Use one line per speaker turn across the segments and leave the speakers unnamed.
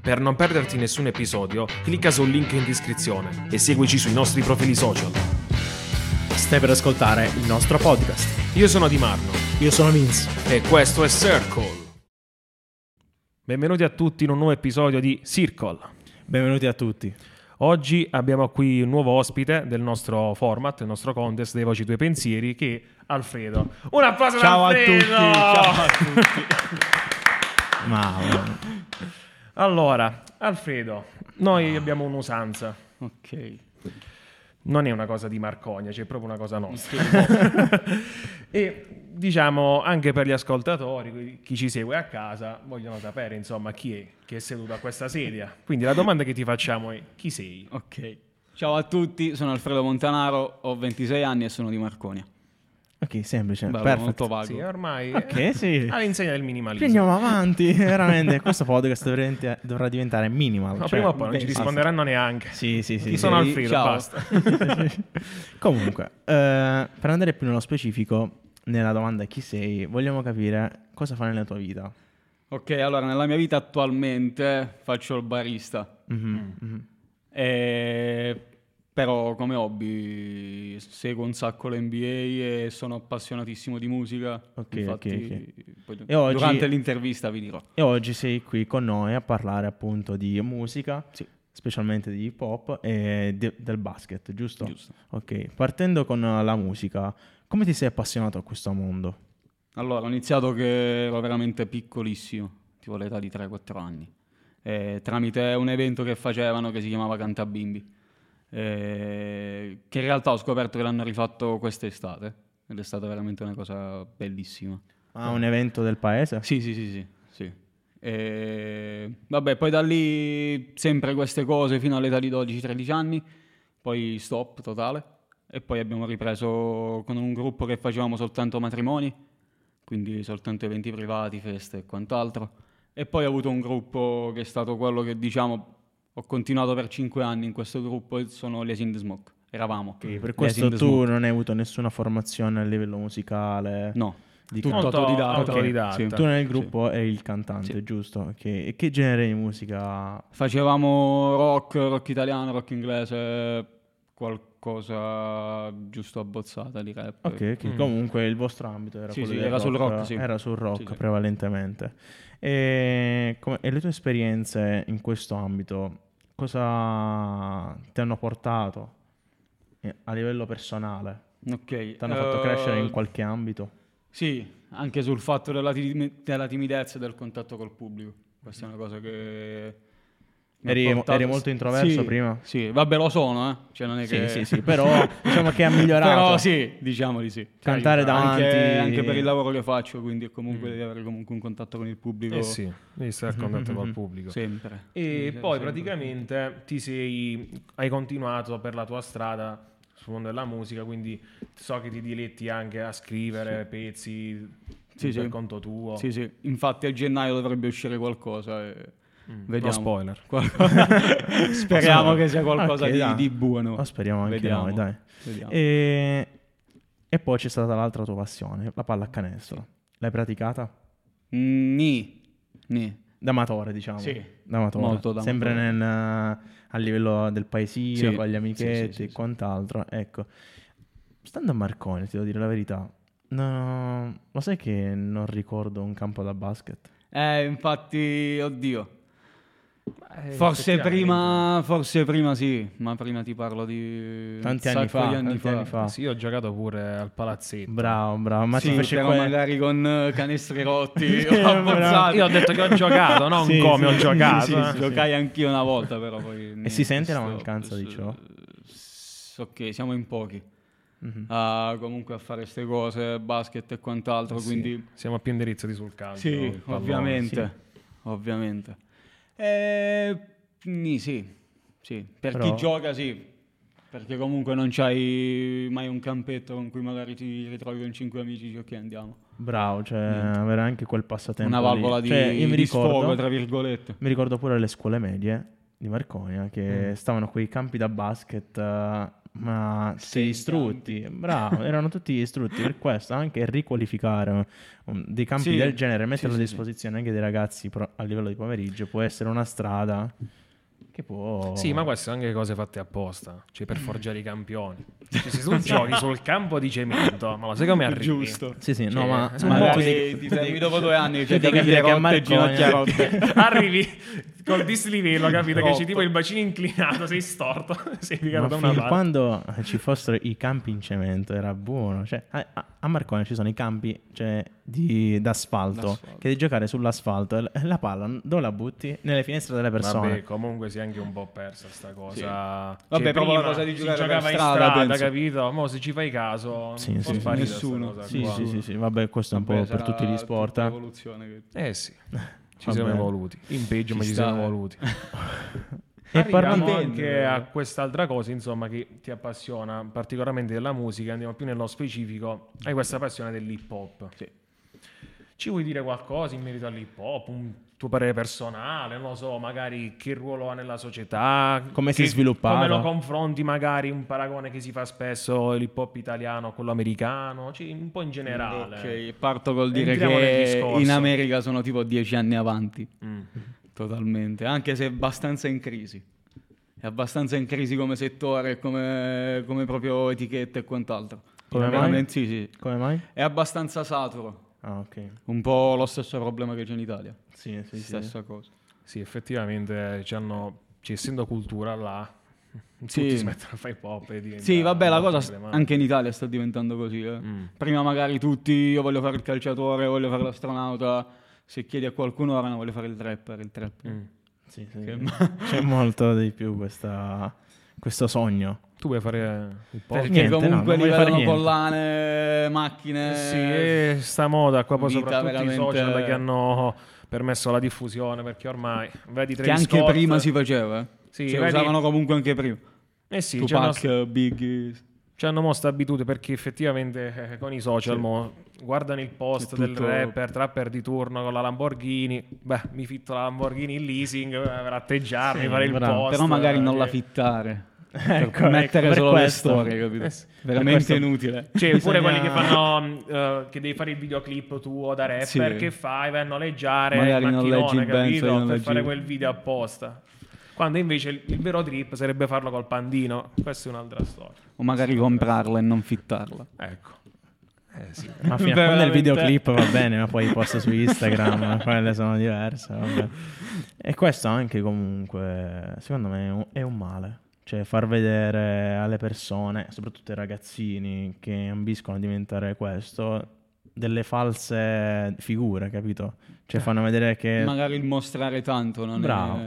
Per non perderti nessun episodio, clicca sul link in descrizione e seguici sui nostri profili social.
Stai per ascoltare il nostro podcast.
Io sono Di Marno
Io sono Vince.
e questo è Circle. Benvenuti a tutti in un nuovo episodio di Circle.
Benvenuti a tutti.
Oggi abbiamo qui un nuovo ospite del nostro format, del nostro contest dei Voci Due Pensieri, che è Alfredo. Un applauso ad
Ciao a tutti.
Alfredo!
Ciao a tutti. Ma
Allora, Alfredo, noi abbiamo un'usanza.
Ok.
Non è una cosa di Marcogna, c'è proprio una cosa nostra. e diciamo anche per gli ascoltatori, chi ci segue a casa, vogliono sapere insomma chi è che è seduto a questa sedia. Quindi la domanda che ti facciamo è chi sei?
Ok. Ciao a tutti, sono Alfredo Montanaro, ho 26 anni e sono di Marconia.
Ok, semplice.
Bello, molto
Eh, Perfetto.
vago.
Sì, ormai
Ok, Ah, sì.
all'insegna del
Quindi
minimalismo.
andiamo avanti, veramente. Questo podcast veramente dovrà diventare minimal.
Ma
cioè-
prima o poi non ci
Beh, sì.
risponderanno neanche.
Sì, sì,
Chi
sì. sì.
sono
Sì,
Alfredo?
ciao.
Basta.
Comunque, eh, per andare più nello specifico, nella domanda chi sei, vogliamo capire cosa fai nella tua vita.
Ok, allora nella mia vita attualmente faccio il barista,
Mm.
Mhm, mhm.
E- però come hobby seguo un sacco l'NBA e sono appassionatissimo di musica.
Ok,
Infatti,
ok,
poi-
E oggi-
Durante l'intervista vi dirò.
E oggi sei qui con noi a parlare appunto di musica, specialmente di hip hop e de- del basket, giusto?
Giusto.
Ok, partendo con la musica, come ti sei appassionato a questo mondo?
Allora, ho iniziato che ero veramente piccolissimo, tipo all'età di 3-4 anni, eh, tramite un evento che facevano che si chiamava Cantabimbi, eh, che in realtà ho scoperto che l'hanno rifatto quest'estate ed è stata veramente una cosa bellissima.
Ah, un evento del paese?
Sì, sì, sì, sì. sì. E, vabbè, poi da lì sempre queste cose fino all'età di 12-13 anni, poi stop totale. E poi abbiamo ripreso con un gruppo che facevamo soltanto matrimoni, quindi soltanto eventi privati, feste e quant'altro. E poi ho avuto un gruppo che è stato quello che diciamo ho continuato per 5 anni in questo gruppo e sono gli Asind Smoke. Eravamo.
Ok, per
Gli
questo
Asind
tu
Smoke.
non hai avuto nessuna formazione a livello musicale?
No,
Di
tutto
Molto
autodidatta.
autodidatta.
Sì.
Tu nel
Sì.
gruppo eri il cantante,
Sì.
giusto? Ok, e che genere di musica?
Facevamo rock, rock italiano, rock inglese, qualcosa giusto abbozzata di rap.
Ok, ok.
Mm.
comunque il vostro ambito era
Sì,
quello
sì,
del
era sul rock, sì.
Era sul rock
Sì, sì.
prevalentemente. E, come- e le tue esperienze in questo ambito cosa ti hanno portato eh, a livello personale?
Ok,
Ti hanno fatto
eh,
crescere in qualche ambito?
Sì, anche sul fatto della, tim- della timidezza e del contatto col pubblico. Questa è una cosa che... mi ha
Eri-
portato-
eri molto introverso
Sì,
prima?
Sì, vabbè lo sono, eh. Cioè non è
Sì,
che...
sì, sì, però diciamo che ha migliorato.
Però sì, diciamo di sì.
Cantare davanti... Mm.
Anche, anche per il lavoro che faccio, quindi comunque devi avere comunque un contatto con il pubblico.
Eh sì, devi stare a
Mm-hmm,
contatto col pubblico.
Sempre.
E
Sì,
poi
sempre.
praticamente ti sei, hai continuato per la tua strada sul mondo della musica, quindi so che ti diletti anche a scrivere pezzi
Sì,
per
sì.
conto tuo.
Sì, sì, infatti a gennaio dovrebbe uscire qualcosa. e vediamo.
no spoiler.
Qual- Speriamo che sia qualcosa
Ok,
di,
dai.
di buono.
Oh, speriamo anche
Vediamo.
noi, dai.
Vediamo.
E... e poi c'è stata l'altra tua passione, la pallacanestro. L'hai praticata?
Mm, Ni. Ni.
Da amatore, diciamo.
Sì.
Da amatore.
Molto da
Sempre
amatore.
nel, eh, a livello del paesino,
Sì.
con gli amichetti
Sì, sì, sì,
e
sì.
quant'altro. Ecco. Stando a Marconi, ti devo dire la verità. no, lo sai che non ricordo un campo da basket?
Eh, infatti, oddio.
Eh,
Forse
effettivamente.
prima, forse prima sì, ma prima ti parlo di... un
Tanti
sacco
anni fa,
di anni
tanti
fa.
anni fa.
Sì, io ho giocato pure al palazzetto.
Bravo, bravo. Ma
Sì,
ti fece
però
quel-
magari con eh, canestri rotti,
Sì, bravo.
abbozzati.
Io ho detto che ho giocato, non
Sì,
come
sì,
ho giocato.
sì,
eh.
sì,
Giocai anch'io una volta, però poi... niente,
si sente la
sto-
mancanza di
s-
ciò?
s- Ok, siamo in pochi.
Mhm.
a- comunque a fare queste cose, basket e quant'altro,
Sì,
quindi...
Siamo più indirizzati sul calcio. il
Sì,
pallone.
ovviamente, ovviamente. E... nì, Eh, Sì, sì, per
Però-
chi gioca sì, perché comunque non c'hai mai un campetto con cui magari ti ritrovi con cinque amici e dici, ok andiamo.
Bravo, cioè avere anche quel passatempo
Una
lì.
valvola di,
Cioè, io mi
di
ricordo-
sfogo, tra virgolette.
Mi
Mm.
ricordo pure alle scuole medie di Marconia che stavano quei campi da basket, eh, Ma sei istrutti, bravo, erano tutti istrutti per questo, anche riqualificare um, dei campi
Sì,
del genere, metterlo
sì,
a
sì,
disposizione anche dei ragazzi pro- a livello di pomeriggio può essere una strada che può...
Sì,
Oh.
ma queste sono anche cose fatte apposta, cioè per forgiare i campioni. Cioè, se tu giochi sul campo di cemento, ma lo sai come arrivi?
Giusto.
Sì, sì, no,
Cioè,
ma...
Magari ti fermi dopo due anni
cioè,
cioè,
devi capire che a
rotte, ginocchia
Marconi-
rotte.
Arrivi col dislivello, capito? Che c'è
Rotto.
tipo il bacino inclinato, sei storto, sei
Ma
piegato da una
fin
parte.
quando ci fossero i campi in cemento era buono. Cioè, a, a- a Marcone ci sono i campi cioè, di- d'asfalto,
D'asfalto.
che devi giocare sull'asfalto e l- e la palla n- dove la butti? Nelle finestre delle persone.
Vabbè, comunque si è anche un po' persa sta cosa.
Sì.
Cioè,
Vabbè, proprio la
prima
cosa di
si
giocare per
giocava in
strada,
strada,
penso.
capito? Mo se ci fai caso,
Sì,
un po'
sì.
sparita sta
Nessuno.
cosa
Sì,
qua.
sì, sì, sì, vabbè, questo è un po' per tutti gli
Esatto,
sport. eh.
Eh sì. Ci
Va
siamo
bene.
evoluti, in peggio ma ci
sta,
siamo
eh.
evoluti.
E
Arriviamo
parlando
anche a quest'altra cosa, insomma, che ti appassiona particolarmente della musica, andiamo più nello specifico, hai questa passione dell'hip hop.
Sì.
Ci vuoi dire qualcosa in merito all'hip hop, un tuo parere personale, non lo so, magari che ruolo ha nella società,
Come si
che-
è sviluppato?
come lo confronti magari un paragone che si fa spesso l'hip hop italiano a quello americano, Cioè, un po' in generale.
Ok, parto col dire
Entriamo nel
che
discorso.
in America sono tipo dieci anni avanti,
Mm.
totalmente, anche se è abbastanza in crisi. È abbastanza in crisi come settore, come, come proprio etichetta e quant'altro.
Come mai?
Veramente, Sì, sì.
Come mai?
È abbastanza saturo,
Ah, ok.
un po' lo stesso problema che c'è in Italia.
Sì, sì, sì.
Stessa cosa.
Sì, effettivamente eh, ci hanno, ci essendo cultura là, tutti
Sì.
si mettono a fare hip hop e diventa
Sì, vabbè, la
molto
cosa s-
problematico.
anche in Italia sta diventando così. eh.
Mm.
Prima magari tutti, io voglio fare il calciatore, voglio fare l'astronauta. Se chiedi a qualcuno, ora no, voglio fare il trapper, il trapper.
Mm.
Sì, sì.
Che-
C'è molto di più questa- questo sogno.
Tu vuoi fare hip hop?
Perché
Niente, no,
comunque
non voglio fare
rivelano
niente.
collane, macchine.
Eh, Sì, e sta moda qua poi
eh, vita
soprattutto i
veramente-
social che hanno permesso la diffusione perché ormai vedi
che
Travis
anche
Scott-
prima si faceva. eh.
Sì,
Cioè,
vedi-
usavano comunque anche prima.
Eh sì, ci hanno,
Tupac, Biggie.
ci hanno mosso abitudine perché effettivamente eh, con i social
Sì.
mo guardano il post
C'è
del
tutto-
rapper, trapper di turno con la Lamborghini, beh mi fitto la Lamborghini in leasing eh, per atteggiarmi,
Sì,
fare il
bravo.
post.
Però magari non la
eh.
fittare.
Ecco,
per mettere
ecco, per
solo
questo.
le storie, capito?
Eh sì.
Veramente
Per questo-
inutile.
Cioè, pure
Bisogna-
quelli che fanno mh, eh, che devi fare il videoclip tuo da rapper,
Sì.
che fai? Vanno a noleggiare
Magari
il
non leggi
macchinone,
il Benz,
capito?
non
Per
leggi-
fare quel video apposta. Quando invece il, il vero trip sarebbe farlo col pandino. Questa è un'altra storia.
O magari comprarla e non fittarla.
Ecco. Eh sì.
Ma fino a quando il
Veramente.
videoclip va bene, ma poi i post su Instagram, quelle sono diverse. vabbè. E questo anche comunque, secondo me, è un- è un male. Cioè far vedere alle persone, soprattutto ai ragazzini che ambiscono a diventare questo, delle false figure, capito? Cioè fanno vedere
Eh.
che
Magari il mostrare tanto non è...
Bravo.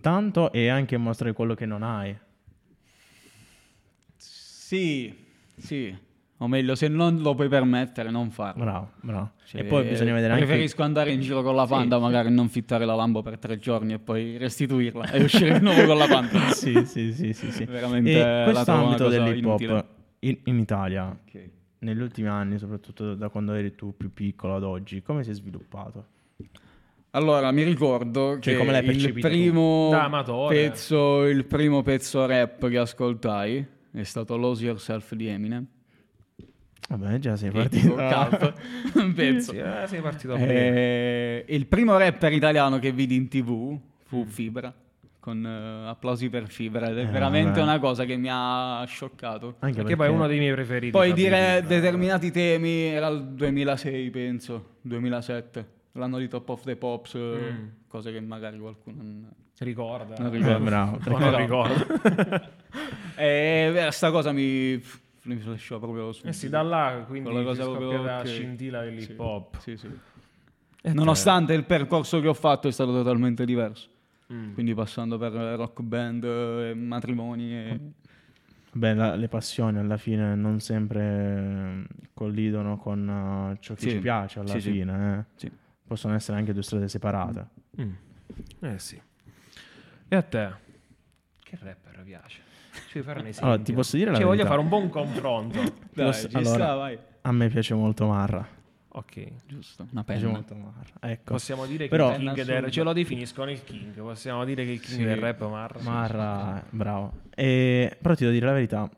tanto e anche mostrare quello che non hai.
Sì, sì. O meglio, se non lo puoi permettere, non farlo.
Bravo, bravo.
Cioè,
e poi bisogna vedere anche...
Preferisco andare in giro con la panda, magari non fittare la Lambo per tre giorni e poi restituirla e uscire di nuovo con la panda.
sì, sì, sì, sì, sì.
Veramente
e
la
questo
trovo una
ambito
cosa
dell'hip hop
inutile.
in, in Italia,
Ok.
negli ultimi anni, soprattutto da quando eri tu più piccolo ad oggi, come si è sviluppato?
Allora, mi ricordo
Cioè,
che
come l'hai
il
percepito tu?
primo,
Da amatore.
pezzo, il primo pezzo rap che ascoltai è stato Lose Yourself di Eminem.
Vabbè, già sei partito.
Tipo, caldo. Un pezzo.
Sì, eh, sei partito bene.
Eh, il primo rapper italiano che vidi in tv
Mm.
fu Fibra, con eh, applausi per Fibra, ed è
Eh,
veramente
vabbè.
una cosa che mi ha scioccato.
Anche
Perché poi è uno dei miei preferiti.
Poi
Fabrizio.
dire determinati temi era il 2006 penso, 2007, l'anno di Top of the Pops, eh,
Mm.
cose che magari qualcuno non...
Ricorda.
Non
Eh, bravo.
No, non ricordo.
Eh, beh, sta cosa mi... pff, mi flasciò proprio su.
Eh sì, da là quindi
Quella
si
cosa
scoppia
proprio...
la
ok.
scintilla dell'hip
Sì,
hop.
sì, sì.
Eh,
Nonostante il percorso che ho fatto è stato totalmente diverso.
Mm.
Quindi passando per eh, rock band, eh, matrimoni e...
Beh, la- le passioni alla fine non sempre eh, collidono con eh, ciò che
Sì.
ci piace alla
Sì, sì.
fine. eh.
Sì.
Possono essere anche due strade separate.
Mm. Eh sì. E a te? Che rapper piace? Ci vuoi fare un esempio?
Allora, ti posso dire la
Cioè, voglio
verità?
fare un buon confronto.
Dai,
Lo
ci
s- allora-
sta, vai.
A me piace molto Marra.
ok.
Giusto, Diciamo, una
Piace
penna.
molto Marra. Ecco.
Possiamo dire
Però-
che il king
Assurdo.
del... Ce lo definiscono il king. Possiamo dire che il king
Sì.
del rap è Marra.
Marra, bravo. E- però ti devo dire la verità,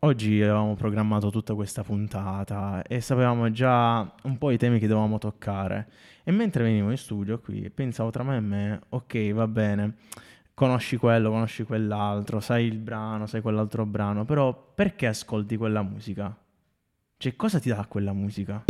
oggi avevamo programmato tutta questa puntata e sapevamo già un po' i temi che dovevamo toccare. E mentre venivo in studio qui, pensavo tra me e me, ok, va bene, conosci quello, conosci quell'altro, sai il brano, sai quell'altro brano, però perché ascolti quella musica? Cioè, cosa ti dà quella musica?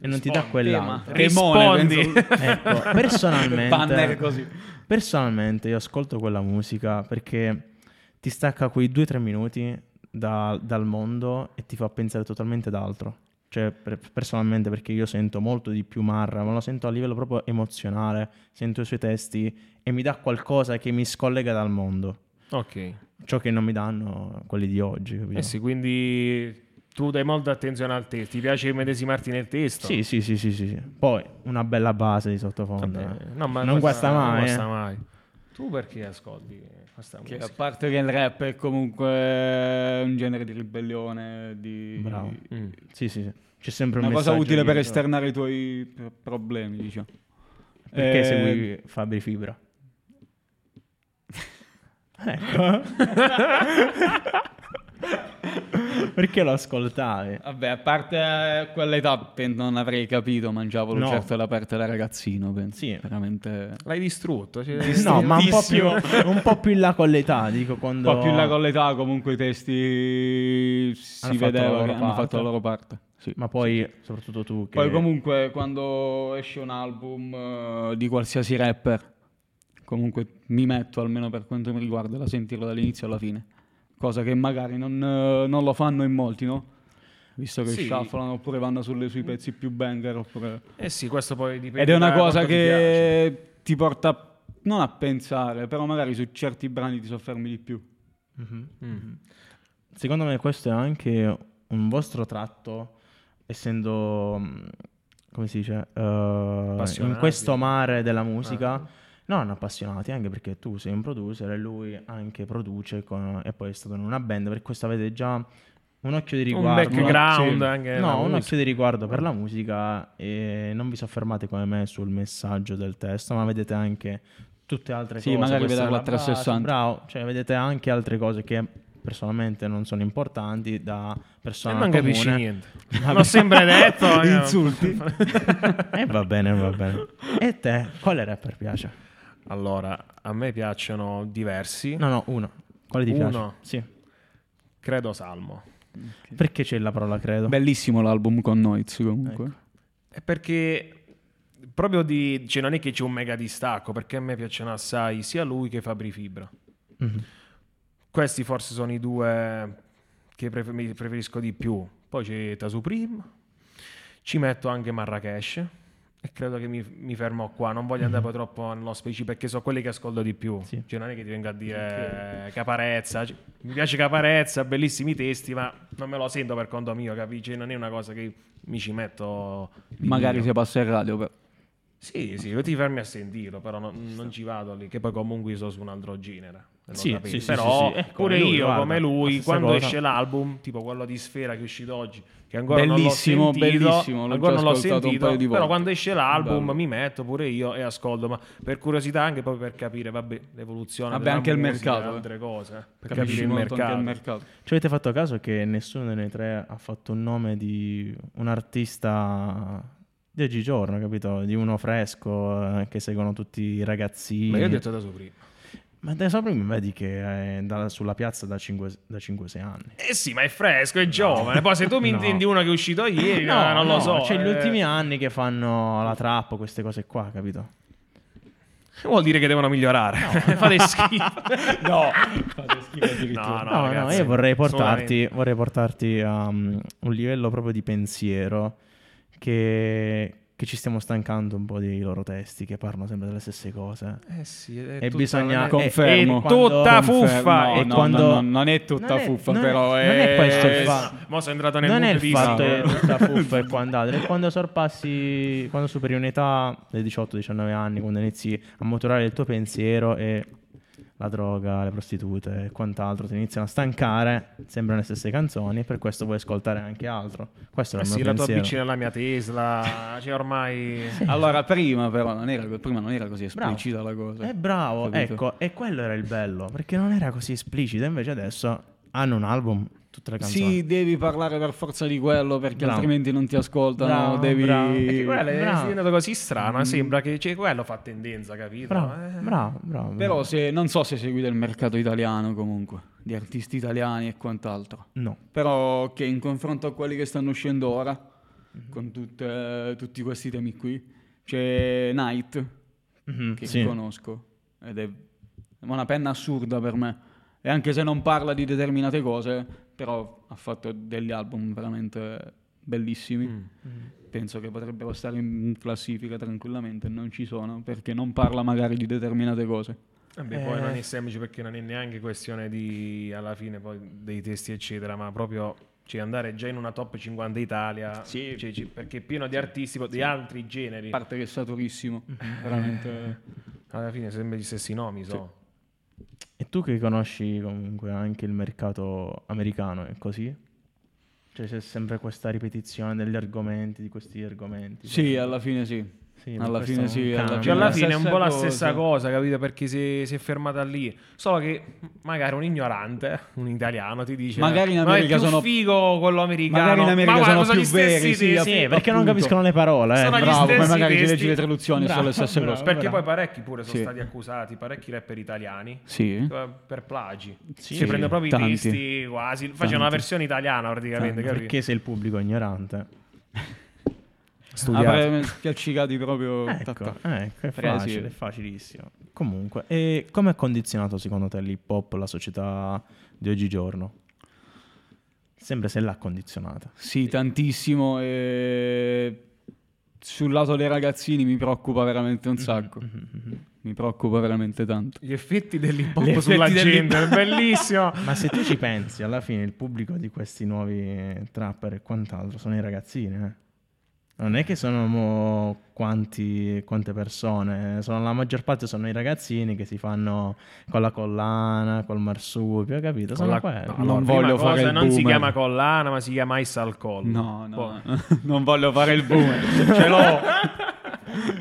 E non ti dà
Rispondi,
quell'altra.
Rispondi.
Ecco, personalmente,
Banner così.
personalmente io ascolto quella musica perché ti stacca quei due o tre minuti da- dal mondo e ti fa pensare totalmente ad altro. Cioè, per- personalmente, perché io sento molto di più Marra, ma lo sento a livello proprio emozionale, sento i suoi testi e mi dà qualcosa che mi scollega dal mondo.
Ok.
Ciò che non mi danno quelli di oggi, capito?
Eh sì, quindi tu dai molta attenzione al testo. Ti piace medesimarti nel testo?
Sì, sì, sì, sì, sì. Poi una bella base di sottofondo.
Vabbè,
eh.
no, ma
non guasta mai.
non
eh.
guasta mai. Tu perché ascolti questa
Che
musica?
a parte che il rap è comunque un genere di ribellione, di...
Bravo.
Mm.
Sì, sì, sì. C'è sempre un
una cosa
messaggio
utile per
dietro.
esternare i tuoi pro- problemi, diciamo.
Perché
Eh,
segui Fabri Fibra?
Eh.
ecco. Perché lo ascoltavi?
Vabbè, a parte eh, quell'età pe- non avrei capito, mangiavo
No.
certo all'aperto da ragazzino, penso.
Sì.
Veramente...
L'hai distrutto. cioè-
No, ma un po, più, un po' più in là con l'età, dico
Un
quando...
po' più in là con l'età comunque i testi
Hanno fatto
si
la
vedeva
loro
che hanno
parte.
fatto la loro parte. Sì.
Ma poi, soprattutto tu, che...
Poi comunque quando esce un album eh, di qualsiasi rapper, comunque mi metto almeno per quanto mi riguarda da sentirlo dall'inizio alla fine, cosa che magari non, eh, non lo fanno in molti, no? Visto che
Sì.
shufflano oppure vanno sulle- sui pezzi più banger oppure...
Eh sì, questo poi dipende.
Ed è una
da
cosa
quanto ti piace.
che ti porta non a pensare, però magari su certi brani ti soffermi di più.
Mhm.
Mm.
Secondo me questo è anche un vostro tratto, essendo, mh, come si dice, eh, in
Appassionati. Certo.
questo mare della musica. Non appassionati, anche perché tu sei un producer e lui anche produce con- e poi è stato in una band, per questo avete già un occhio di
Un
riguardo.
background
Sì.
anche nella
No, un
musica.
occhio di riguardo per la musica e non vi soffermate come me sul messaggio del testo, ma vedete anche tutte altre
Sì,
cose.
magari
questa è
vederla
la
a
base,
360.
Bravo, cioè vedete anche altre cose che personalmente non sono importanti da
E
persona
non
comune.
capisci niente. L'ho sempre detto. eh.
Insulti.
E va bene, va bene. E te, quale rapper piace?
Allora, a me piacciono diversi.
No, no, uno. Quale ti
Uno.
piace? Sì.
Credo Salmo.
Perché c'è la parola credo?
Bellissimo l'album con Noiz comunque.
Ecco. È perché proprio di. Cioè, non è che c'è un mega distacco, perché a me piacciono assai sia lui che Fabri Fibra.
Mhm.
Questi forse sono i due che pref- mi preferisco di più. Poi c'è Tasuprim, ci metto anche Marrakesh e credo che mi, mi fermo qua. Non voglio andare poi troppo nello specifico perché sono quelli che ascolto di più.
Sì.
Cioè, non è che ti vengo a dire eh, Caparezza. Cioè, mi piace Caparezza, bellissimi testi, ma non me lo sento per conto mio, capisci? Non è una cosa che mi ci metto. di
Magari
mio.
se passa in radio, però.
Sì, sì, ti fermi a sentirlo, però non, non ci vado lì, che poi comunque io sono su un altro genere. lo
Sì,
sapete.
sì, sì,
però
sì, sì, eh, come
pure
lui,
io,
guarda,
come
la
lui,
stessa
quando
cosa.
esce l'album, tipo quello di Sfera che è uscito oggi, che ancora
Bellissimo,
non l'ho sentito,
bellissimo, l'ho
ancora
già
non l'ho
ascoltato un
sentito,
paio di
però
volte.
quando esce l'album
Bello.
mi metto pure io e ascolto, ma per curiosità anche proprio per capire, vabbè, l'evoluzione
Vabbè,
della
anche il
musica,
mercato, eh.
altre cose, per
Capisci
capire il
molto anche
mercato.
il mercato.
Ci avete fatto caso che nessuno dei noi tre ha fatto un nome di un artista di oggigiorno, capito? Di uno fresco eh, che seguono tutti i ragazzini.
Ma io ho detto da sopra.
Ma te sopra mi vedi che è da- sulla piazza da 5-6 anni.
Eh sì, ma è fresco, è giovane. Poi se tu mi
No.
intendi uno che è uscito ieri, no, non lo so.
C'è cioè, gli
eh.
ultimi anni che fanno la trappa, queste cose qua, capito?
Vuol dire che devono migliorare. Fate schifo.
No, fate schifo
addirittura. No,
No, no,
ragazzi,
io vorrei portarti,
assolutamente.
vorrei portarti a um, un livello proprio di pensiero che, che ci stiamo stancando un po' dei loro testi che parlano sempre delle stesse cose.
Eh sì, è
E
tutta
bisogna-
una-
Confermo.
È tutta
Quando-
Ah, fuffa.
Confermo.
E-
e quando-
non è tutta
Non è-
fuffa,
non è-
però
non
è...
è questo il
eh,
fa-
sì, Mo sono entrato nel Eh,
non è
mood
il
di
fatto
Islam.
che è tutta fuffa e quant'altro, è quando sorpassi, quando superi un'età dei 18-19 anni, quando inizi a maturare il tuo pensiero e la droga, le prostitute e quant'altro ti iniziano a stancare, sembrano le stesse canzoni, e per questo puoi ascoltare anche altro. Questo è
Eh
il mio
sì, la tua
pensiero.
PC nella mia Tesla. Cioè, ormai.
Allora, prima però non era, prima non era così
Bravo.
esplicita la cosa.
Eh, bravo,
Capito?
ecco, e quello era il bello, perché non era così esplicito, invece adesso hanno un album tutte le canzoni.
Sì, devi parlare per forza di quello perché
Bravo.
altrimenti non ti ascoltano.
Bravo,
devi...
bravo. Eh,
Perché quella è,
Bravo. Mm.
sì, è una cosa così strana, sembra che cioè, quello fa tendenza, capito?
Bravo,
Eh.
bravo, bravo.
Però se- non so se seguite il mercato italiano comunque, di artisti italiani e quant'altro.
No.
Però che in confronto a quelli che stanno uscendo ora, con tutte- tutti questi temi qui, c'è Night,
Mhm,
che
sì.
conosco, ed è una penna assurda per me. E anche se non parla di determinate cose, però ha fatto degli album veramente bellissimi.
Mm.
Penso che potrebbero stare in classifica tranquillamente, non ci sono, perché non parla magari di determinate cose.
Vabbè, poi
Eh.
non è semplice perché non è neanche questione di alla fine poi dei testi, eccetera, ma proprio cioè, andare già in una top 50 Italia
Sì.
cioè, ci- perché è pieno di artisti di altri generi.
A parte che è saturissimo, veramente.
Alla fine sempre gli stessi nomi, so.
E tu che conosci comunque anche il mercato americano, è così? Cioè c'è sempre questa ripetizione degli argomenti, di questi argomenti.
Sì,
questo-
alla fine sì.
sì,
alla
questo
fine
non
sì, alla
cambia.
Cioè, alla
la
fine è un
stessa
po' la
cosa.
stessa cosa, capito? Perché si, si è fermata lì. Solo che magari un ignorante, un italiano, ti dice:
Magari in
"Ma è
America
più
sono-
figo quello americano.
Magari in America
ma guarda,
sono
gli
più veri,
stessi
sì,
testi.
sì,
Sì, perché non
appunto.
capiscono le parole, eh.
Sono gli
Bravo.
Bravo, poi
stessi
magari ti
testi.
leggi le traduzioni sono
Bravo,
le stesse
bravo.
cose.
Perché
Bravo.
poi parecchi pure sono
Sì.
stati accusati, parecchi rapper italiani.
Sì.
eh, Per plagi,
Sì,
si prendono proprio
tanti.
i testi quasi, facevano una
Tanti.
versione italiana praticamente.
Perché
capito?
se il pubblico è ignorante.
Ah,
Avrei spiaccicati proprio.
Ecco,
tac, tac.
ecco, è
Presi.
facile, è facilissimo. Comunque, e come ha condizionato secondo te l'hip hop la società di oggigiorno? Sembra se l'ha condizionata.
Sì, tantissimo. E... Sul lato dei ragazzini mi preoccupa veramente un sacco.
Mhm,
Mi preoccupa veramente tanto.
Gli effetti dell'hip
Gli
hop
effetti
sulla
dell'hip-
gente, è bellissimo.
Ma se tu ci pensi, alla fine il pubblico di questi nuovi trapper e quant'altro sono i ragazzini, eh. Non è che sono mo quanti- quante persone, sono, la maggior parte sono i ragazzini che si fanno con la collana, col marsupio, capito? Sono
Con la-
quelli.
no,
Non
allora, eh. prima
voglio
cosa,
fare il
non si
boomer.
chiama collana, ma si chiama Ice al Boh. collo.
No, no,
Poi-
non voglio fare il boomer. Ce l'ho.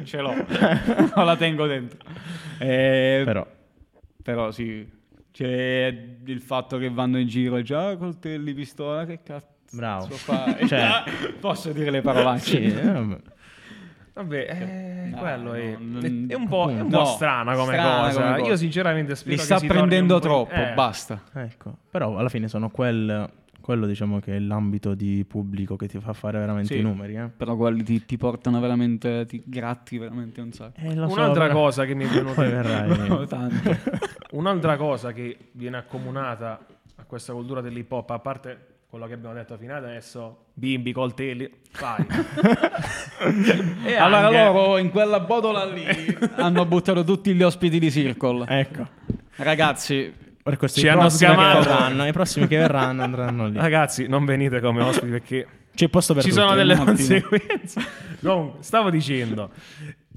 Ce l'ho. Non la tengo dentro. Eh,
Però
Però sì, c'è il fatto che vanno in giro già coltelli, pistola, che cazzo
Bravo.
fai?
Cioè-
Posso dire le
Ah,
parolacce?
sì, eh, vabbè.
Vabbè, eh,
No,
quello è,
Ah, no,
è-
non-
è un po', è un
No,
po' strana, come,
strana
cosa.
come cosa.
Io sinceramente spero
Li
che
sta
si torni un
prendendo
po'-
troppo,
eh,
basta.
Ecco, però alla fine sono quel, quello diciamo che è l'ambito di pubblico che ti fa fare veramente
Sì.
i numeri. Eh.
Però quelli ti, ti portano veramente, ti gratti veramente un sacco.
Eh, lo so,
Un'altra
però-
cosa che mi è venuta
Poi verrai.
Tanto.
Un'altra cosa che viene accomunata a questa cultura dell'hip hop, a parte quello che abbiamo detto fino adesso, bimbi, coltelli, vai. E
allora
Eh, anche-
loro in quella botola lì hanno buttato tutti gli ospiti di
Eh.
Circle.
ecco,
Ragazzi,
per questi
Ci hanno
prossimi che
sgamato.
verranno, i prossimi che verranno andranno lì.
Ragazzi, non venite come ospiti perché
C'è posto per
ci
tutti.
sono delle
un attimo.
conseguenze. Comunque, stavo dicendo,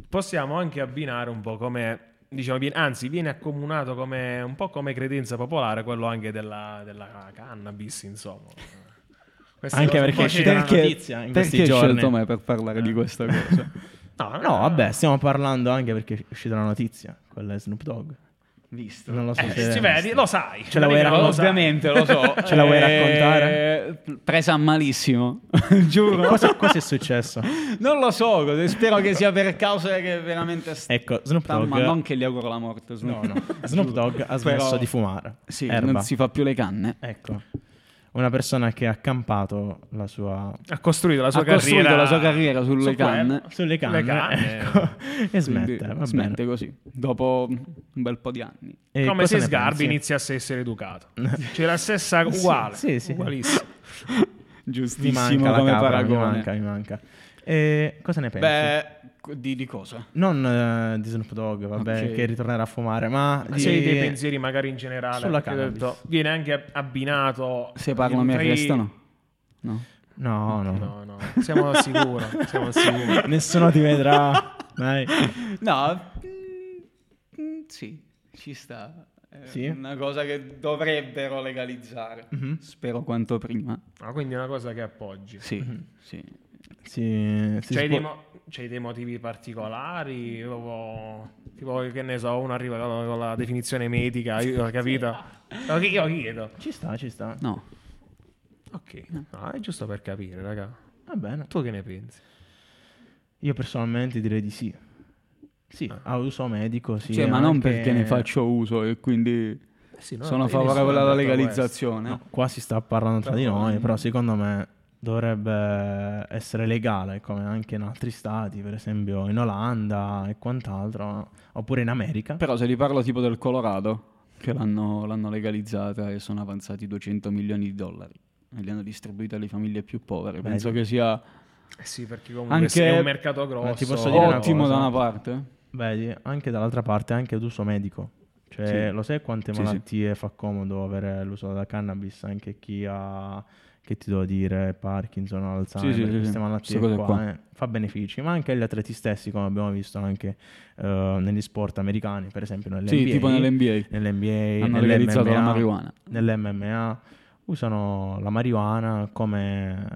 possiamo anche abbinare un po' come, diciamo, viene- anzi, viene accomunato come un po' come credenza popolare quello anche della, della cannabis, insomma. Queste
Anche
cose un
perché
po'
ci
c'erano-
una notizia in questi
perché hai
giorni.
scelto me per parlare di questa cosa?
No,
No, vabbè, stiamo parlando anche perché è uscita la notizia, quella di Snoop Dogg.
Visto.
Non lo so
Eh,
se...
si vede, lo sai.
Ce la vuoi
Riccardo, lo sai.
Ovviamente lo so. Eh,
Ce la vuoi raccontare?
Presa malissimo, giuro.
Cosa, cosa è successo?
Non lo so, cos- spero che sia per cause che veramente stanno,
Ecco, Snoop Dogg...
ma non che gli auguro la morte. Snoop.
No, no. Snoop Dogg ha smesso
Però-
di fumare.
Sì,
erba.
non si fa più le canne.
Ecco, una persona che ha campato la sua...
Ha costruito la sua
ha
carriera.
costruito la sua carriera sulle
su quello.
canne.
Sulle canne,
Le canne. eh.
ecco, e
Quindi
smette, va
smette
bene.
così, dopo un bel po' di anni.
E
Come
cosa
se
ne
Sgarbi
pensi?
iniziasse a essere educato. C'è la stessa uguale.
sì, sì.
Ugualissimo.
Mi
Giustissimo
manca la
come
capra,
paragone.
mi manca, mi manca. E cosa ne pensi?
Beh, di, di cosa?
Non eh, di Snoop Dogg, vabbè,
Ok.
che ritornerà a fumare, ma di...
Sì, dei pensieri magari in generale.
Sulla
perché ho
cannabis.
viene anche abbinato...
Se parlo mi
Tra i-
arrestano? No.
No, no,
No, no, siamo al sicuro. siamo al sicuro.
Nessuno ti vedrà. Dai.
No, mm, mm, sì, ci sta. È
Sì?
una cosa che dovrebbero legalizzare.
Mhm.
Spero quanto prima.
Ah, quindi è una cosa che appoggi.
Sì,
Mm-hmm.
sì.
Si, si
C'hai
spo-
dei, mo- c'hai dei motivi particolari? Tipo, tipo, che ne so, uno arriva con la, con la definizione medica, io, capito? Io chiedo.
Ci sta, ci sta.
No.
Ok, ah, è giusto per capire, raga.
Va bene.
Tu che ne pensi?
Io personalmente direi di sì. Sì, a uso medico, sì.
Cioè, ma non
anche-
perché ne faccio uso e quindi
Eh sì, no,
sono
io
favorevole
sono
alla
detto
legalizzazione.
No, qua si sta parlando tra di noi, però secondo me dovrebbe essere legale come anche in altri stati, per esempio in Olanda e quant'altro, oppure in America.
Però se vi parlo tipo del Colorado, che l'hanno, l'hanno legalizzata e sono avanzati 200 milioni di dollari. E li hanno distribuiti alle famiglie più povere.
Beh,
Penso che sia
questo. Eh sì, perché comunque
Anche-
se è un mercato grosso.
Ma ti posso dire una
ottimo
cosa?
da una parte.
Vedi, anche dall'altra parte, anche ad uso medico. Cioè,
Sì.
lo sai quante
Sì, sì.
malattie fa comodo avere l'uso della cannabis? Anche chi ha, che ti devo dire, Parkinson, Alzheimer,
sì, sì,
queste
sì.
malattie
Queste cose
qua,
qua.
eh, fa benefici. Ma anche agli atleti stessi, come abbiamo visto anche eh, negli sport americani, per esempio nell'NBA.
Sì, tipo nell'NBA.
nell'NBA,
Hanno legalizzato la
nell'MMA,
marijuana.
nell'MMA usano la marijuana come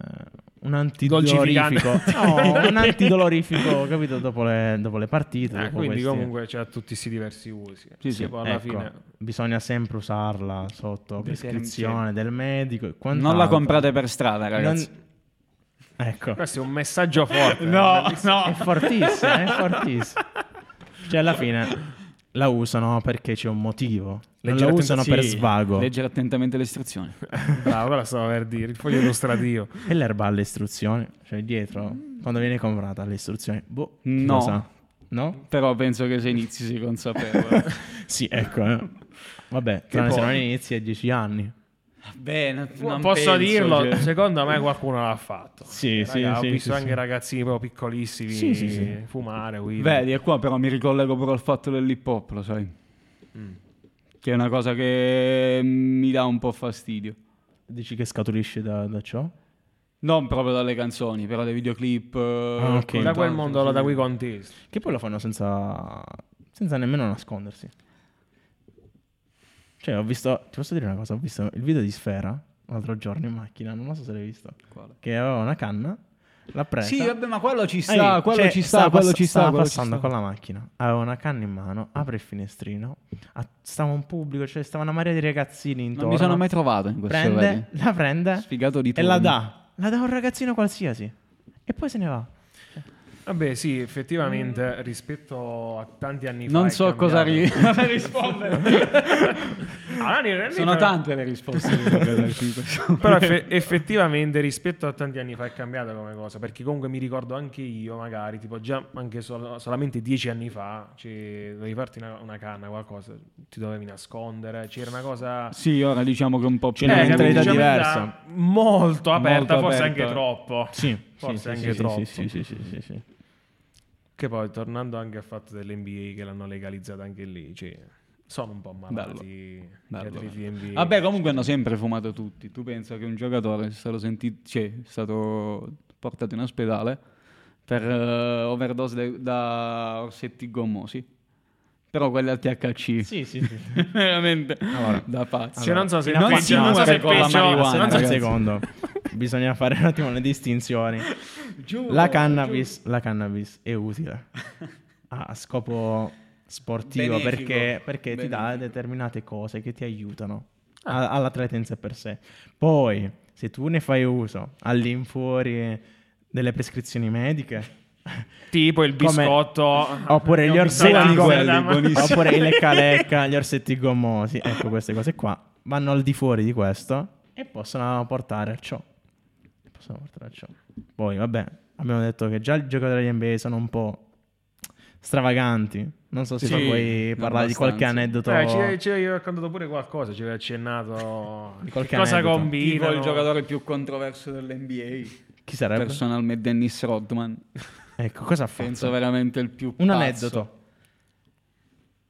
un
Dolcificante.
antidolorifico, no, un antidolorifico, capito? Dopo le, dopo le partite,
Eh,
dopo
quindi
questi-
comunque c'è tutti questi diversi usi.
Sì, sì,
Che poi alla
Ecco,
fine
bisogna sempre usarla sotto
Determin-
prescrizione del medico. e
Non la
quant'altro.
comprate per strada, ragazzi.
Non- Ecco,
questo è un messaggio forte. eh.
no, è fortissimo, è fortissimo. Cioè, alla fine la usano perché c'è un motivo. Non
Leggere
la
atten-
usano per
sì,
svago.
Leggere attentamente le istruzioni.
Bravo, ve la stavo per dire, il foglio illustrativo.
E l'erba alle istruzioni, cioè dietro, quando viene comprata alle istruzioni, boh, chi
No.
lo sa. No?
Però penso che se inizi si consapevole.
Sì, ecco. eh. Vabbè, tranne se
poi-
non inizi a 10 anni.
Beh, no- non
posso
penso,
dirlo,
cioè.
secondo me qualcuno l'ha fatto.
Sì,
Eh,
sì,
raga,
sì,
ho visto
sì,
anche
sì.
ragazzini proprio piccolissimi
Sì, sì, sì.
fumare. quindi-
Vedi, e qua però mi ricollego pure al fatto dell'hip hop, lo sai.
Mm.
Che è una cosa che mi dà un po' fastidio.
Dici che scaturisce da, da ciò?
Non proprio dalle canzoni, però dai videoclip. eh,
Ah, ok.
con
da quel
tanto,
mondo,
sì.
là, da quei contesti.
Che poi lo fanno senza, senza nemmeno nascondersi. Cioè, ho visto, ti posso dire una cosa, ho visto il video di Sfera l'altro giorno in macchina, non so se l'hai visto,
Quale?
che aveva una canna, l'ha presa.
Sì, vabbè, ma quello ci
Ehi,
sta, quello
cioè,
ci sta,
stava
quello
pass-
ci sta.
stava
quello ci
passando
sta.
con la macchina, aveva una canna in mano, apre il finestrino, a- stava un pubblico, cioè stava una marea di ragazzini intorno.
Non mi sono mai trovato in questo
prende, la prende
Sfigato di
e la
turno.
dà. La dà a un ragazzino qualsiasi. E poi se ne va.
Vabbè, sì, effettivamente rispetto a tanti anni fa.
Non
è
so cosa ri-
cambiato.
rispondere.
Ah, lì- lì-
Sono
però-
tante le risposte. che potrebbe darti in questo.
Però effe- effettivamente rispetto a tanti anni fa è cambiata come cosa, perché comunque mi ricordo anche io, magari, tipo già anche sol- solamente dieci anni fa, cioè, dovevi farti una, una canna, qualcosa, ti dovevi nascondere, c'era una cosa...
Sì, ora diciamo che un po' più
C'è una
capito,
mentalità
diciamo,
diversa.
era Molto aperta,
Molto
forse
aperta.
anche troppo. forse anche troppo.
Sì, sì, sì, sì, sì.
Che poi, tornando anche al fatto dell'NBA, che l'hanno legalizzata anche lì, cioè, sono un po' malati gli
Bello,
atleti
bello.
NBA.
Vabbè, comunque hanno sempre fumato tutti. Tu pensa che un giocatore è stato, senti- cioè, è stato portato in ospedale per eh, overdose de- da orsetti gommosi. Però quelli al THC.
Sì, sì, sì.
Veramente. Da pazzi.
Cioè, non so se
in
è peggio- non so
avanti-
se è
con la
peggio-
marijuana,
non so
un
se-
ragazzi.
secondo. Bisogna fare un attimo le distinzioni.
Giuro,
La cannabis, la cannabis è utile a a scopo sportivo
Benefico.
perché, perché ti dà
Benefico.
determinate cose che ti aiutano a- all'atleta in sé per sé. Poi, se tu ne fai uso all'infuori delle prescrizioni mediche,
Tipo il
Come-
biscotto.
oppure gli
Abbiamo visto
orsetti
tanto,
quelli,
Adam.
buonissimi.
oppure i lecca lecca, gli orsetti gommosi, ecco queste cose qua vanno al di fuori di questo e possono portare a ciò. Possono portare a ciò. Poi vabbè, abbiamo detto che già i giocatori degli NBA sono un po' stravaganti. Non so se
Sì,
tu puoi parlare di
abbastanza.
qualche aneddoto.
Eh, ci, ci avevi raccontato pure qualcosa, ci avevi accennato
Di
che
qualche
cosa
aneddoto.
combina.
Tipo il giocatore più controverso dell'NBA.
Chi sarebbe?
Personalmente Dennis Rodman.
Ecco, cosa ha fatto?
Penso veramente il più
Un
pazzo.
aneddoto.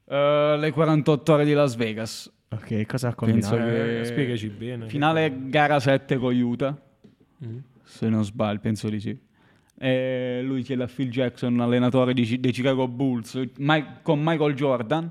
Eh, le 48 ore di Las Vegas.
Ok, cosa ha combinato?
Penso che-
spiegaci bene.
Finale gara 7 con Utah.
Mm.
Se non sbaglio, penso di sì. E lui chiede a Phil Jackson, allenatore di Chi- dei Chicago Bulls, Mi- con Michael Jordan,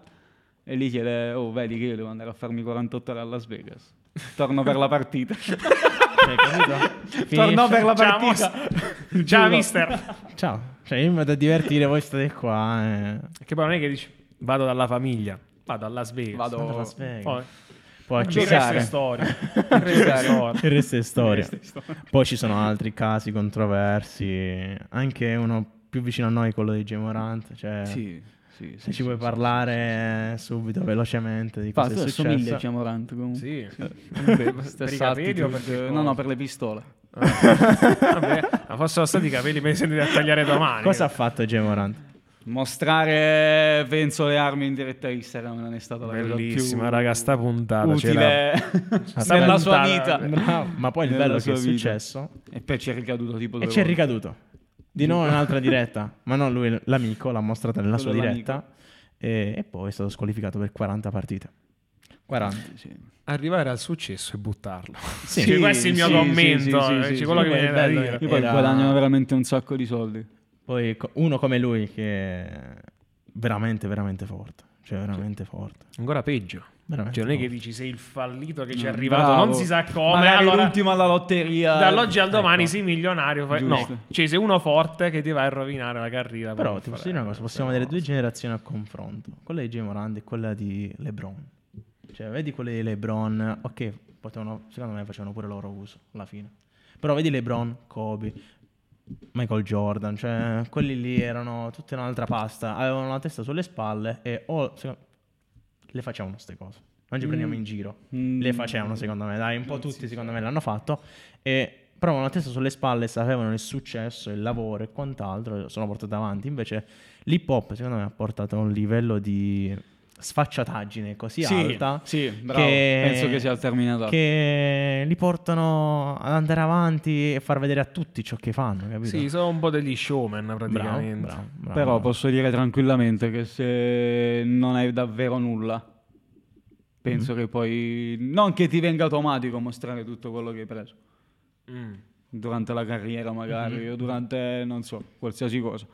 e gli chiede, oh vedi che io devo andare a farmi 48 ore a Las Vegas. Torno per la partita.
Hai Cioè, capito?
Torno per la
Ciao,
partita.
Ciao,
Giuro.
mister.
Ciao. Cioè, io mi vado a divertire, voi state qua. eh.
che poi non è che dici vado dalla famiglia, vado a Las Vegas. Eh.
Vado.
Vado a Las Vegas.
Poi-
può
Il resto è
accessare.
storia. Il resto è storia.
Il resto è storia.
Questa è storia.
Poi ci sono altri casi controversi, anche uno più vicino a noi, quello di Gemorant. Cioè,
Sì, sì,
se ci vuoi parlare subito, velocemente, di cosa è
assomiglia
successo.
a Ciamorant comunque.
Sì.
Stessa
Per i capelli o
attitude.
perché-
No, no, per le pistole.
Vabbè, ma fossero stati i capelli me li sentite a tagliare domani.
Cosa ha fatto Gemorant?
Mostrare, penso, le armi in diretta Instagram non è stata la
Bellissima,
cosa più
raga, sta puntata. ce l'ha.
utile nella sua
puntata.
vita.
Ma poi il
Nella
bello che
sua
è
vita.
successo
E poi ci è ricaduto tipo due
E c'è
volte.
ricaduto. Di nuovo in un'altra diretta. Ma non lui, l'amico, l'ha mostrata nella sua
Quello
diretta. E, e poi è stato squalificato per 40 partite. 40.
Sì.
Arrivare al successo e buttarlo.
Sì.
Cioè, questo è il mio
sì,
commento.
sì, sì,
eh,
sì,
cioè,
sì,
quello
sì,
che mi viene da
bello.
dire.
Io poi
Era-
guadagnano veramente un sacco di soldi.
Poi co- uno come lui che è veramente, veramente forte. Cioè, veramente forte.
Ancora peggio.
Veramente
Cioè, non è che
forte.
dici sei il fallito che ci è
No,
Mm,
arrivato,
bravo.
non si sa come.
Magari
Allora,
l'ultimo alla lotteria.
dall'oggi al
Ecco.
domani sei milionario. fai-
Giusto.
No, cioè, sei uno forte che ti va a rovinare la carriera.
Però
per
ti
fare-
posso dire una cosa, possiamo
per
vedere due
forza.
generazioni a confronto. Quella di Jay Morand e quella di LeBron. Cioè, vedi quelle di LeBron, ok, potevano- secondo me facevano pure loro uso alla fine. Però vedi LeBron, Kobe, Michael Jordan, cioè quelli lì erano tutta un'altra pasta, avevano la testa sulle spalle e o secondo- le facevano queste cose. Non ci prendiamo in giro.
Mm.
Le facevano secondo me, dai, un po' tutti secondo me l'hanno fatto e però avevano la testa sulle spalle, sapevano il successo, il lavoro e quant'altro, sono portati avanti. Invece l'hip hop secondo me ha portato a un livello di sfacciataggine così
Sì,
alta
sì, bravo. Penso che sia il termine adatto.
che li portano ad andare avanti e far vedere a tutti ciò che fanno, capito?
Sì, sono un po' degli showman
bravo,
praticamente.
bravo, bravo.
Però posso dire tranquillamente che se non hai davvero nulla, penso che poi... Non che ti venga automatico mostrare tutto quello che hai preso.
Mm.
durante la carriera magari o durante non so qualsiasi cosa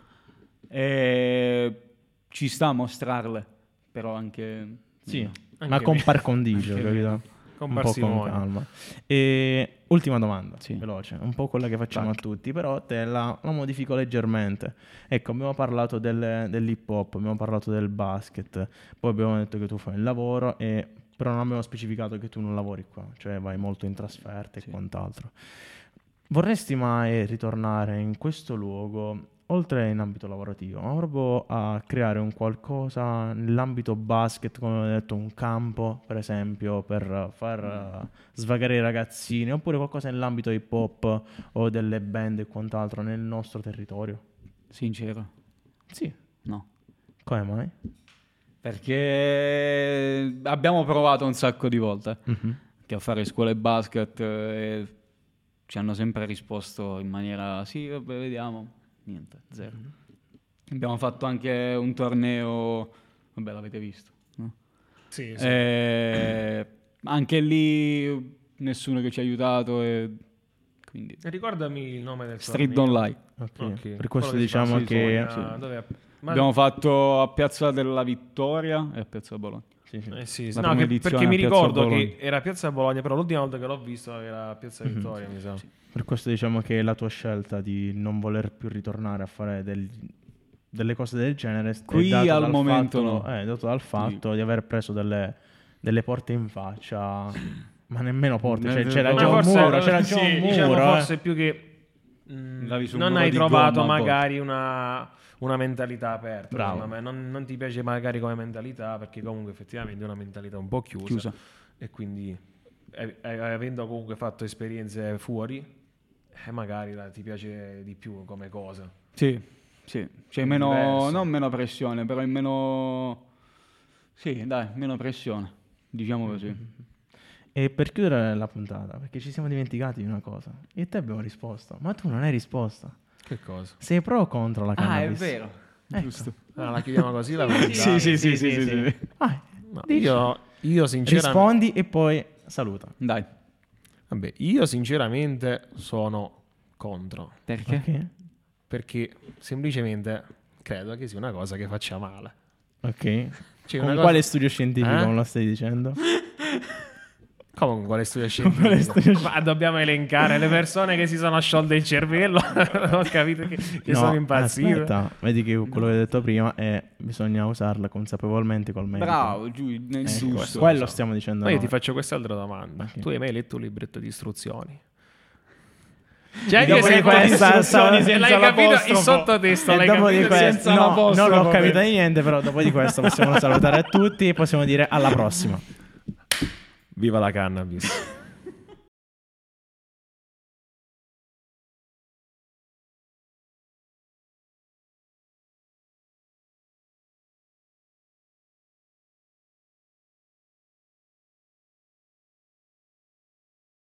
e ci sta a mostrarle però anche
Sì, ma
Anche
con
me.
par condicio,
Anche
capito?
Con
un po' con
parsimonia.
calma. E ultima domanda,
Sì.
veloce, un po' quella che facciamo a tutti, però te la, la modifico leggermente. Ecco, abbiamo parlato del- dell'hip hop, abbiamo parlato del basket, poi abbiamo detto che tu fai il lavoro, e- però non abbiamo specificato che tu non lavori qua, cioè vai molto in trasferta e quant'altro. Vorresti mai ritornare in questo luogo, oltre in ambito lavorativo, ma proprio a creare un qualcosa nell'ambito basket, come ho detto, un campo, per esempio, per eh, far eh, svagare i ragazzini, oppure qualcosa nell'ambito hip hop o delle band e quant'altro nel nostro territorio?
sincero
Sì.
no
Come mai?
perché abbiamo provato un sacco di volte
Mhm.
che a fare scuole basket eh, ci hanno sempre risposto in maniera sì vabbè vediamo niente zero
Mm-hmm.
abbiamo fatto anche un torneo vabbè l'avete visto no?
Sì, sì.
Eh, anche lì nessuno che ci ha aiutato e quindi
Ricordami il nome del
Street
Eh, torneo.
Online.
Ok.
Ok,
Per
quello
questo
che si fa
diciamo
sui
che...
sogni, ah, dove- ma-
Abbiamo fatto a Piazza della Vittoria e a Piazza Bologna.
Sì, sì.
eh sì, no,
la prima
che-
edizione
perché mi
a Piazza
ricordo
Bologna.
che era Piazza Bologna, però l'ultima volta che l'ho visto era Piazza
Mhm.
Vittoria, mi sa.
Per questo diciamo che la tua scelta di non voler più ritornare a fare del- delle cose del genere è
Qui
data
al
dal
momento
fatto,
no.
eh, è dato dal fatto di aver preso delle, delle porte in faccia, ma nemmeno porte, cioè,
Ma
c'era
Ma
già un
forse-
muro, c'era
sì,
già un muro.
diciamo
eh.
forse più che mm,
Andavi su un
non
muro
hai
di
trovato
gomma a
magari una, una mentalità aperta.
Bravo.
secondo me. Non, non ti piace magari come mentalità, perché comunque effettivamente è una mentalità un po' chiusa.
Chiusa.
E quindi eh, eh, avendo comunque fatto esperienze fuori, eh, magari la- ti piace di più come cosa.
Sì, sì. C'è meno,
Diverso.
non meno pressione, però è meno... Sì, dai, meno pressione, diciamo così.
E per chiudere la puntata, perché ci siamo dimenticati di una cosa, io e te abbiamo risposto, ma tu non hai risposto.
Che cosa?
Sei pro o contro la cannabis? Ecco.
Eh, Giusto.
Ah, la chiudiamo così la
Sì, sì, Ecco. sì, sì, sì, sì.
Ah,
No,
dici.
io, io sinceramente...
Rispondi e poi saluta.
Dai,
Vabbè, io sinceramente sono contro.
perché?
perché semplicemente credo che sia una cosa che faccia male.
Ok.
Cioè,
Con
una cosa-
quale studio scientifico
Eh?
me lo stai dicendo?
Comunque, quale studio
Con quale
scientifico?
studio
Ma dobbiamo elencare le persone che si sono sciolte il cervello. Ho capito che, che
No,
sono Mm. impazzite.
Aspetta, vedi che quello che ho detto prima è bisogna usarla consapevolmente col medico.
Bravo, giù, nel
Ecco,
giusto.
Quello stiamo dicendo.
Ma io ti
noi.
faccio quest'altra domanda.
Ok.
Tu hai mai letto un libretto di istruzioni?
E
Cioè,
dopo di questa, stavo-
se l'hai capito il sottotesto,
E
l'hai
dopo di
capito
questa-
senza
no,
l'apostrofo.
non l'ho capito di niente, però dopo di questo possiamo salutare a tutti e possiamo dire alla prossima.
Viva la cannabis.